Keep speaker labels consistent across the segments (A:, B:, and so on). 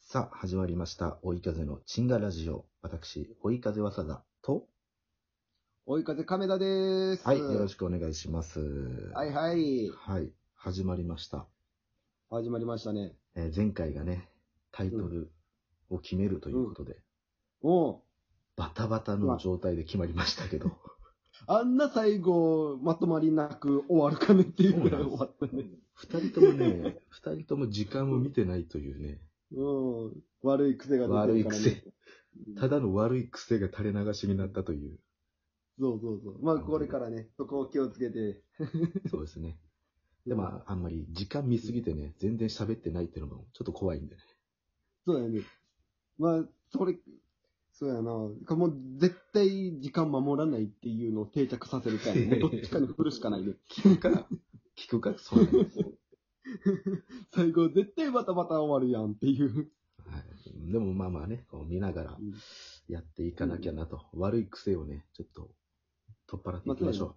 A: さあ、始まりました。追い風のチンガラジオ。私、追い風わさだと、
B: 追い風亀田です。
A: はい、よろしくお願いします。
B: はい
A: はい。
B: はい。
A: 始まりました。
B: 始まりましたね。
A: えー前回がね、タイトルを決めるということで、
B: おう
A: バタバタの状態で決まりましたけど、
B: あんな最後、まとまりなく終わるかねっていうぐらい終わったね。
A: 二人とも ね、二人とも時間を見てないというね、
B: うん。悪い癖が出て
A: 悪
B: る
A: い
B: からね。
A: 癖。た
B: だ。
A: だの悪い癖が垂れ流しになったという、
B: そうそうそう。まあ、これからね、そこを気をつけて。
A: そうですね。で、まあ、あんまり時間見すぎてね、全然喋ってないっていうのもちょっと怖いんでね。
B: そうやね。まあ、それ、そうやな。もう、絶対時間守らないっていうのを定着させるから、 もうどっちかに振るしかないね。
A: 聞くか、聞くか、そうなんです。
B: 最後、絶対バタバタ終わるやんっていう。
A: はい、でもまあまあね、こう見ながら
B: うん
A: やっていかなきゃなと、悪い癖をね、ちょっと取っ払っていきましょ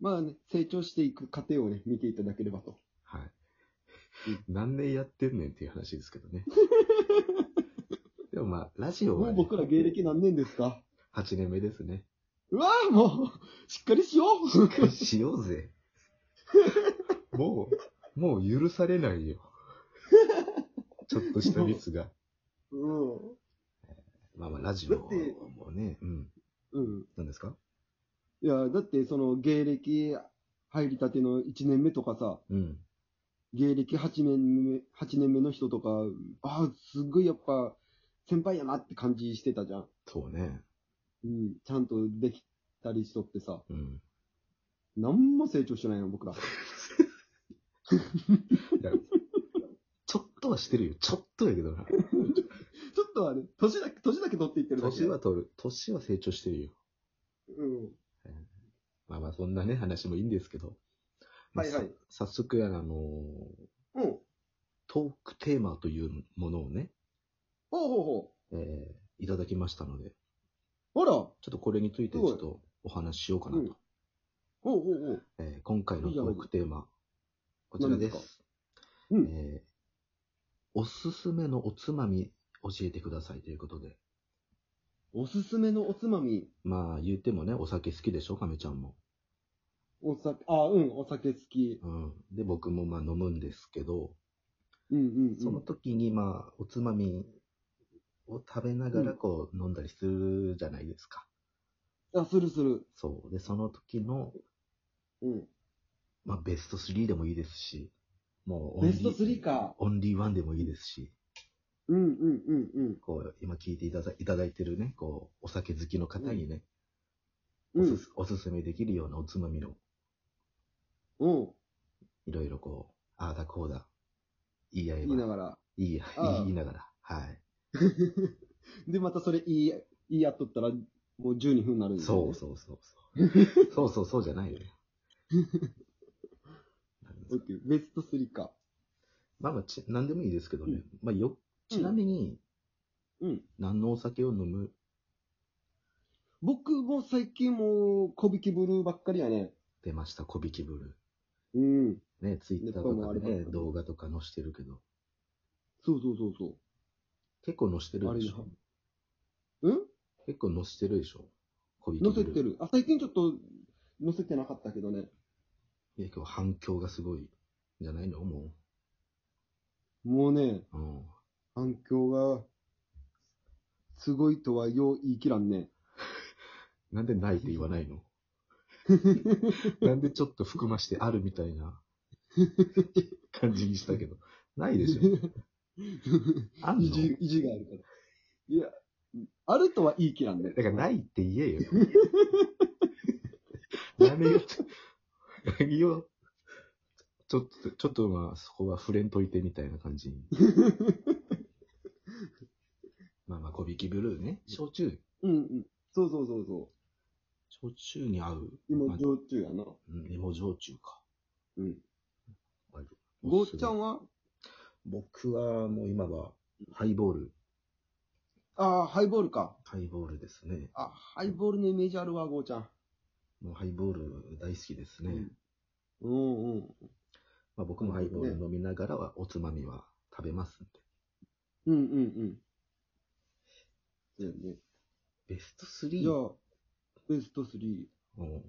B: まあね、成長していく過程をね、見ていただければと。
A: う。はい。何年やってんねんっていう話ですけど ね。でもまあ、ラジオ
B: も
A: は、
B: う
A: ね、
B: 僕ら芸歴何年ですか
A: 8年目ですね。
B: うわぁ、もう、しっかりしよう
A: しよう ぜ。もう、もう許されない よ。ちょっとしたミスが。
B: うん。
A: まあまあ、ラジオもね、うん。
B: うん。
A: 何ですか
B: いや、だってその芸歴入りたての1年目とかさ、
A: うん。
B: 芸歴8年目、8年目の人とか、ああ、すごいやっぱ、先輩やなって感じしてたじゃん。
A: そうね。
B: うん。ちゃんとできたりしとってさ、
A: うん。
B: なんも成長してないの、僕ら。
A: ちょっとはしてるよ。ちょっとやけどな。
B: ちょっとはね、年だけ、年だけ取っていってるだけ。
A: 年は。取る。年は成長してるよ。
B: うん。
A: まあまあ、そんなね、話もいいんですけど。まあ
B: はいはい
A: さ早速やな、あのー
B: うん。
A: トークテーマというものをね、
B: ほうほうほ
A: えーいただきましたので、
B: う。あら。ほ
A: ちょっとこれについてちょっとお話ししようかなと。
B: うんうほうほう。
A: えー今回の
B: いい
A: ト
B: じゃない
A: ークテーマ、こちらです。
B: 何ですうん
A: えーおすすめのおつまみ教えてくださいということで。
B: おすすめのおつまみ。
A: まあ、言ってもね、お酒好きでしょ、亀ちゃんも。
B: お酒、あ、うん、お酒好き。
A: うん。で、僕もまあ飲むんですけど、
B: うんうん、うん。
A: その時に、まあ、おつまみを食べながら、こう、飲んだりするじゃないですか。
B: あ、するする。
A: そう。で、その時の、
B: うん。
A: まあ、ベスト3でもいいですし、もう、
B: ベスト3。か。
A: オンリーワンでもいいですし、
B: うんうんうんうん。
A: こう、今聞いていただいただいてるね、こう、お酒好きの方にね、
B: う
A: お
B: ん
A: す。すおすすめできるようなおつまみの、
B: うん。
A: いろいろこう、ああだこうだ、言い合え
B: 言いな
A: ば、
B: がら。
A: いいや、
B: ああ
A: 言いながら、はい。
B: で、またそれ言い、言い合っとったら、もう12分になるんだよ
A: そ
B: ね
A: うそうそう そう。そうそうそうじゃないよね。
B: オッケーベスト3か。
A: まあまあち、なんでもいいですけどね。
B: うん
A: まあよ、ちなみに、
B: うん。
A: 何のお酒を飲む
B: 僕も最近もう、小引きブルーばっかりやね。
A: 出ました、小引きブル
B: うん。
A: ー。ね、ツイッター
B: ネット
A: と
B: も
A: か
B: あれば
A: ね、動画とか載してるけど。
B: そうそうそうそ
A: 結構載してるでし
B: あれ
A: ょ
B: じう。うん
A: 結構載してるでしょ小引きブ
B: 載
A: ルー。
B: せて
A: る。
B: る。あ、最近ちょっと、載せてなかったけどね。
A: いや、今日反響がすごい。じゃないのも
B: もうね、
A: う。うん。
B: 反響が、すごいとはよう言い切らんね。
A: なんでないって言わない のなんでちょっと含ましてあるみたいな感じにしたけど。ないでし ょ。あん
B: 意
A: の
B: 地、意地があるから。いや、あるとは言い切らんね。
A: だからないって言 えよ。何を、何を、ちょっと、ちょっとまあそこは触れんといてみたいな感 じに。まあまあ、小引きブルーね。焼酎。
B: うんうん。そうそうそうそ
A: 焼酎に合う。
B: う。
A: ま
B: 今、
A: あ
B: 常駐やな。
A: うん芋焼酎か。
B: うん。
A: はい
B: ゴーちゃんは
A: 僕はもう今は、ハイボール。
B: ああ、ハイボールか。
A: ハイボールですね。
B: あ、ハイボールのイメージあるわ、ゴーちゃん。
A: もうハイボール大好きですね。
B: うんうんうん。
A: まあ僕もハイボール飲みながらは、おつまみは食べますんで。
B: うんうんうん。だよね。
A: ベスト 3?
B: じゃあ、ベスト3。
A: うん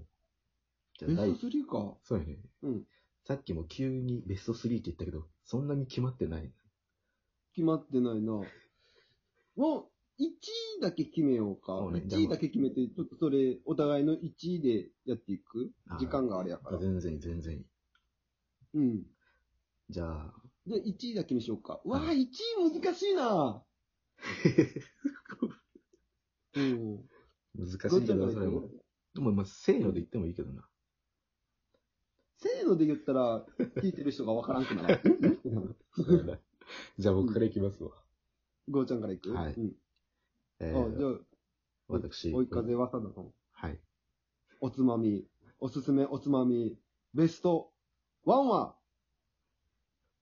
A: じゃあ
B: ベ
A: 第
B: スト3か。
A: そうやね。
B: うん。
A: さっきも急にベスト3って言ったけど、そんなに決まってない。
B: 決まってないな。もう、1位だけ決めようか。
A: そうね
B: 1位だけ決めて、ちょっとそれ、お互いの1位でやっていく
A: あー
B: 時間があれやから。う
A: 全然いい、全然いい。
B: ん。
A: じゃ あ、
B: じゃあ1位だけにしようか。うわあ、
A: は
B: 1位難しいな。うん。
A: 難し
B: どっ
A: い
B: ち
A: けど、
B: がいい
A: そ
B: と
A: れ
B: 思
A: も
B: う。
A: でも、まあ、せーので言ってもいいけどな。
B: せーので言ったら、聞いてる人がわから んくなる。
A: じゃあ僕からいきますわ。
B: ゴーちゃんからいく
A: はい
B: うん、
A: え
B: あ、じゃ
A: ー、私、
B: あ、追い風わさだの。
A: はい。
B: おつまみ、おすすめおつまみ、ベスト1は、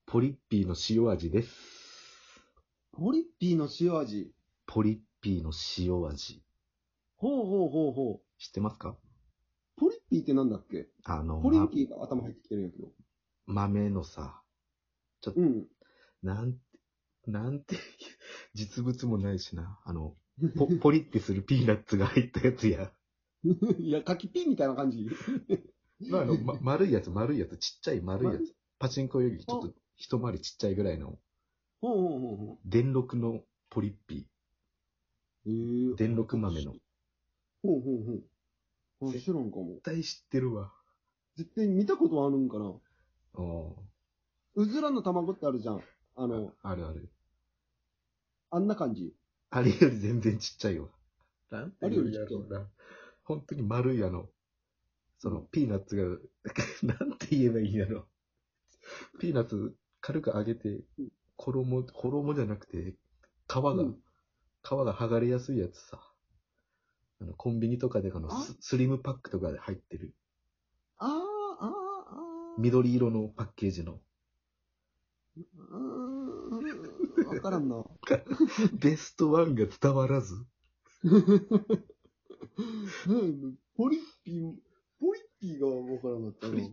A: ポリッピーの塩味です。
B: ポリッピーの塩味。
A: ポリッピーの塩味。
B: ほうほうほうほう。
A: 知ってますか
B: ポリッピーってなんだっけ
A: あの、
B: ポリッ
A: ま
B: ピーが頭入ってきてるんやけど。
A: 豆のさ、
B: うん。
A: なんて、なんて、実物もないしな。あの、ポポリってするピーナッツが入ったやつや。
B: いや、柿ピーみたいな感 じ。
A: まあ、あの、ま、丸いやつ、丸いやつ、ちっちゃい丸いやつ。パチンコよりちょっと一回りちっちゃいぐらいの、
B: ほうほうほうほう。
A: 電録のポリッピ
B: えー
A: ー。電録豆の。。
B: ほうほうほう。あ、知らんかも。
A: 絶対知ってるわ。
B: 絶対見たことあるんかな。
A: お
B: うずらの卵ってあるじゃん。あの、
A: あるある。
B: あんな感じ。
A: あれより全然ちっちゃいわ。なん
B: て言うんやろう
A: な。本当に丸いあの、その、ピーナッツが、 なんて言えばいいんやろ。ピーナッツ、軽く揚げて、衣、衣じゃなくて、皮が、
B: うん
A: 皮が剥がれやすいやつさ。あの、コンビニとかであの
B: あ
A: ス、スリムパックとかで入ってる、
B: あー、あー、あー。
A: 緑色のパッケージの、
B: うーんわからんな。
A: ベストワンが伝わらず、
B: うんポリッピー、ポリッピーがわからなかった
A: ポリ
B: な
A: ッ。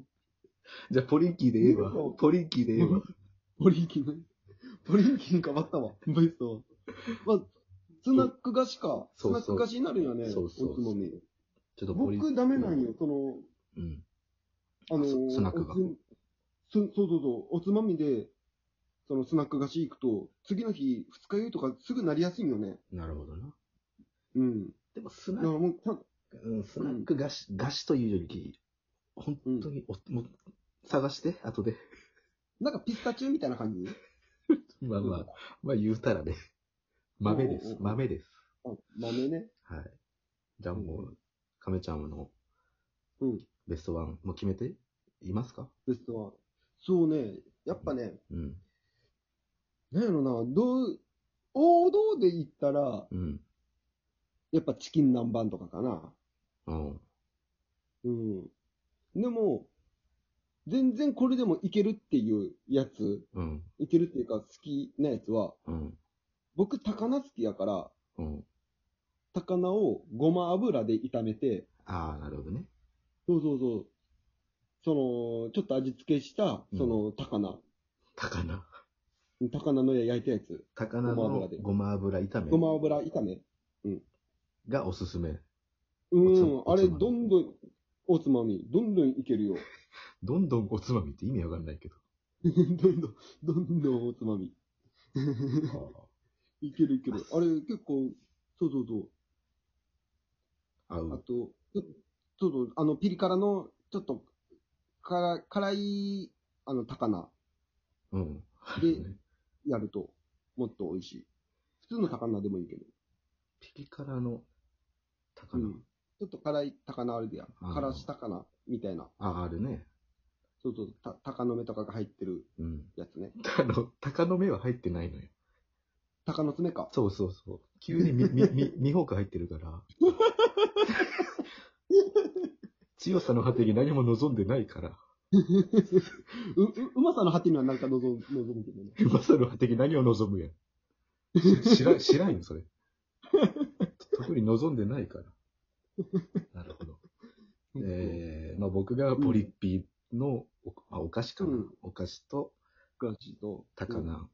A: じゃあ、ポリッキーで言えば
B: うん、
A: ポリッキーで言えば、
B: ポリキン、ポリキン変わったわ。ベスト。まあ、スナック菓子か。
A: そうそう
B: スナック菓子になるよね。
A: そうそう
B: おつまみ。
A: ちょっとポリッ
B: 僕ダメなんよ。その、
A: うん。
B: あの
A: ススナックが
B: おつそそうそうそう。おつまみで、そのスナック菓子行くと、次の日、二日酔いとかすぐなりやすいんよね。
A: なるほどな。
B: うん。
A: でもス
B: だ
A: ナ
B: から
A: ッ
B: もう、た
A: ク、うん、スナック菓子、菓子というより、本当にお、もう探して、後で。
B: なんかピスタチュみたいな感じ
A: まあまあ、まあ言うたらね。豆で
B: うんうん
A: す
B: う、ん
A: 豆です。
B: あ、豆ね。
A: はい。じゃあも
B: うんう
A: う、亀ちゃんの
B: うん。
A: ベストワン、もう決めていますか
B: ベストは。そうね。やっぱね、
A: うん。
B: なんやろな、どう、王道で言ったら、
A: うん。
B: やっぱチキン南蛮とかかな。
A: うん。
B: うん。でも、全然これでもいけるっていうやつ、
A: うん。
B: いけるっていうか好きなやつは、
A: うん。
B: 僕、高菜好きやから、
A: うん。
B: 高菜をごま油で炒めて、
A: ああ、なるほどね。
B: そうそうそう、その、ちょっと味付けした
A: う、ん
B: その、高菜、
A: 高菜。
B: 高菜の焼いたやつ、
A: 高菜のごま油炒
B: ごま
A: め
B: 油炒め。
A: がおすすめ。
B: うん、
A: おつ
B: あれ、
A: おつまみ
B: どんどん、おつまみ、どんどんいけるよ。
A: どんどんおつまみって意味わかんないけど。
B: どんどん、どんどんおつまみ。いけるいける。あれ、結構、そうそうそう。
A: 合
B: あ
A: う。
B: と、ちょちょっと、あの、ピリ辛の、ちょっと、から、辛い、あの、高菜
A: うん。
B: でやると、もっと美味しい。普通の高菜でもいいけど。
A: ピリ辛の高
B: う
A: 菜。
B: ん。ちょっと辛い高菜あるでや
A: あ。ー
B: 辛子高菜みたいな。
A: あ、あるね。
B: そうそう、た高の芽とかが入ってる
A: うん。
B: やつね。
A: あの、鷹の目は入ってないのよ。
B: 高の爪か。
A: そうそうそう。急にみ、 み、み、ミホーク入ってるから。 強さの果てに何も望んでないから。
B: う、う、うまさの果てにはなん か望む、望むけどね。
A: うまさの果てに何を望むやん。し知らん、知らんよ、それ。特に望んでないから。なるほど。えー、まあ僕がポリッピーのお,、あ、お菓子かな、
B: うん
A: お菓子と
B: ガチと。
A: 高
B: うん
A: 菜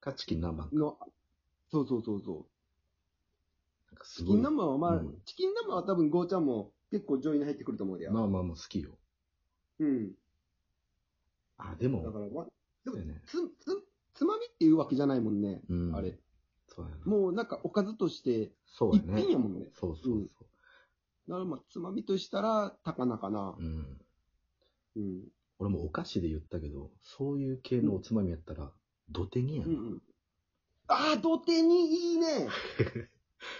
A: かチキン南蛮。
B: の、そうそうそうそう。
A: なんかす
B: チ
A: ご
B: キ
A: い。
B: ン南蛮はまあ、
A: うん
B: チキン南蛮は多分ゴーちゃんも結構上位に入ってくると思うでよ。
A: まあまあまあ好きよ。
B: うん。
A: あ、で
B: だ
A: も、
B: から、まあ、
A: そうやね。
B: つ、つ、つまみっていうわけじゃないもんね。
A: うん。
B: あれ。。
A: そうやな。
B: もうなんかおかずとして、
A: そうや
B: 一
A: ね
B: 品。やもんね。
A: そうそうそ
B: だからまあ、つまみとしたら、高菜かな
A: う。。うん。
B: うん。
A: 俺もお菓子で言ったけど、そういう系のおつまみやったら、土手にや
B: うん
A: な。
B: うん。ああ、土手にいい ね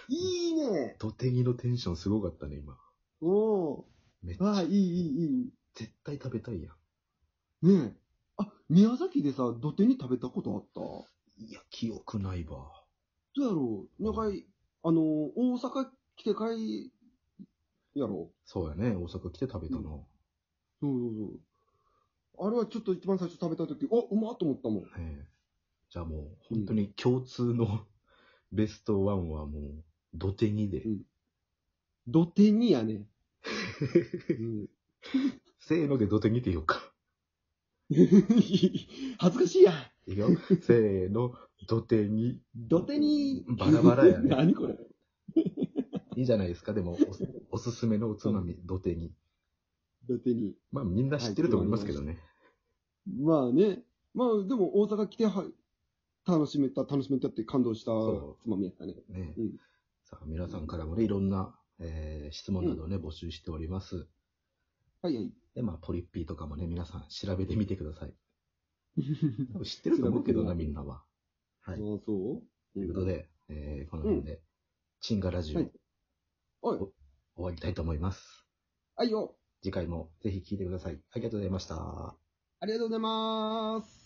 B: いいね
A: 土手にのテンションすごかったね、今。
B: お
A: めっち
B: お。ああ、
A: ゃ
B: いい、いい、い
A: 絶対食べたいや
B: い。ねえ。あ、宮崎でさ、土手に食べたことあった
A: ん。いや、記憶ないわ。
B: どうやろうなんかい、あの、大阪来てかい、やろ
A: そうやね。大阪来て食べたの。
B: そうそうそう。あれはちょっと一番最初食べたとき、あ、うまっと思ったもん。
A: ねえじゃあもう、本当に共通の ベストワンはもう、土手にで
B: うん。土手にやね。
A: せーので土手にって言おうか。
B: 恥ずかしいや。
A: いく よ。せーの、土手に。
B: 土手に。
A: バラバラやね
B: 何これ。
A: いいじゃないですか。でも、おすお すすめのおつまみ、土手に。
B: 土手に。
A: まあみんな知ってると思いますけどね。
B: まあね。まあでも大阪来ては、楽しめた、楽しめたって感動した
A: そ
B: つまみやったね。
A: ね
B: うん
A: さあ、皆さんからもね、いろんな、えー質問などをね、募集しております。
B: はい はい。
A: で、まあ、ポリッピーとかもね、皆さん調べてみてください。多分知ってると思うけどな、
B: 調べ
A: みんなは。はい。
B: そうそう
A: と
B: と
A: いうこと。で、えー、この辺で、チンガラジオ、
B: はいおい、
A: 終わりたいと思います。
B: はいよ。
A: 次回もぜひ聞いてください。ありがとうございました。
B: ありがとうございます。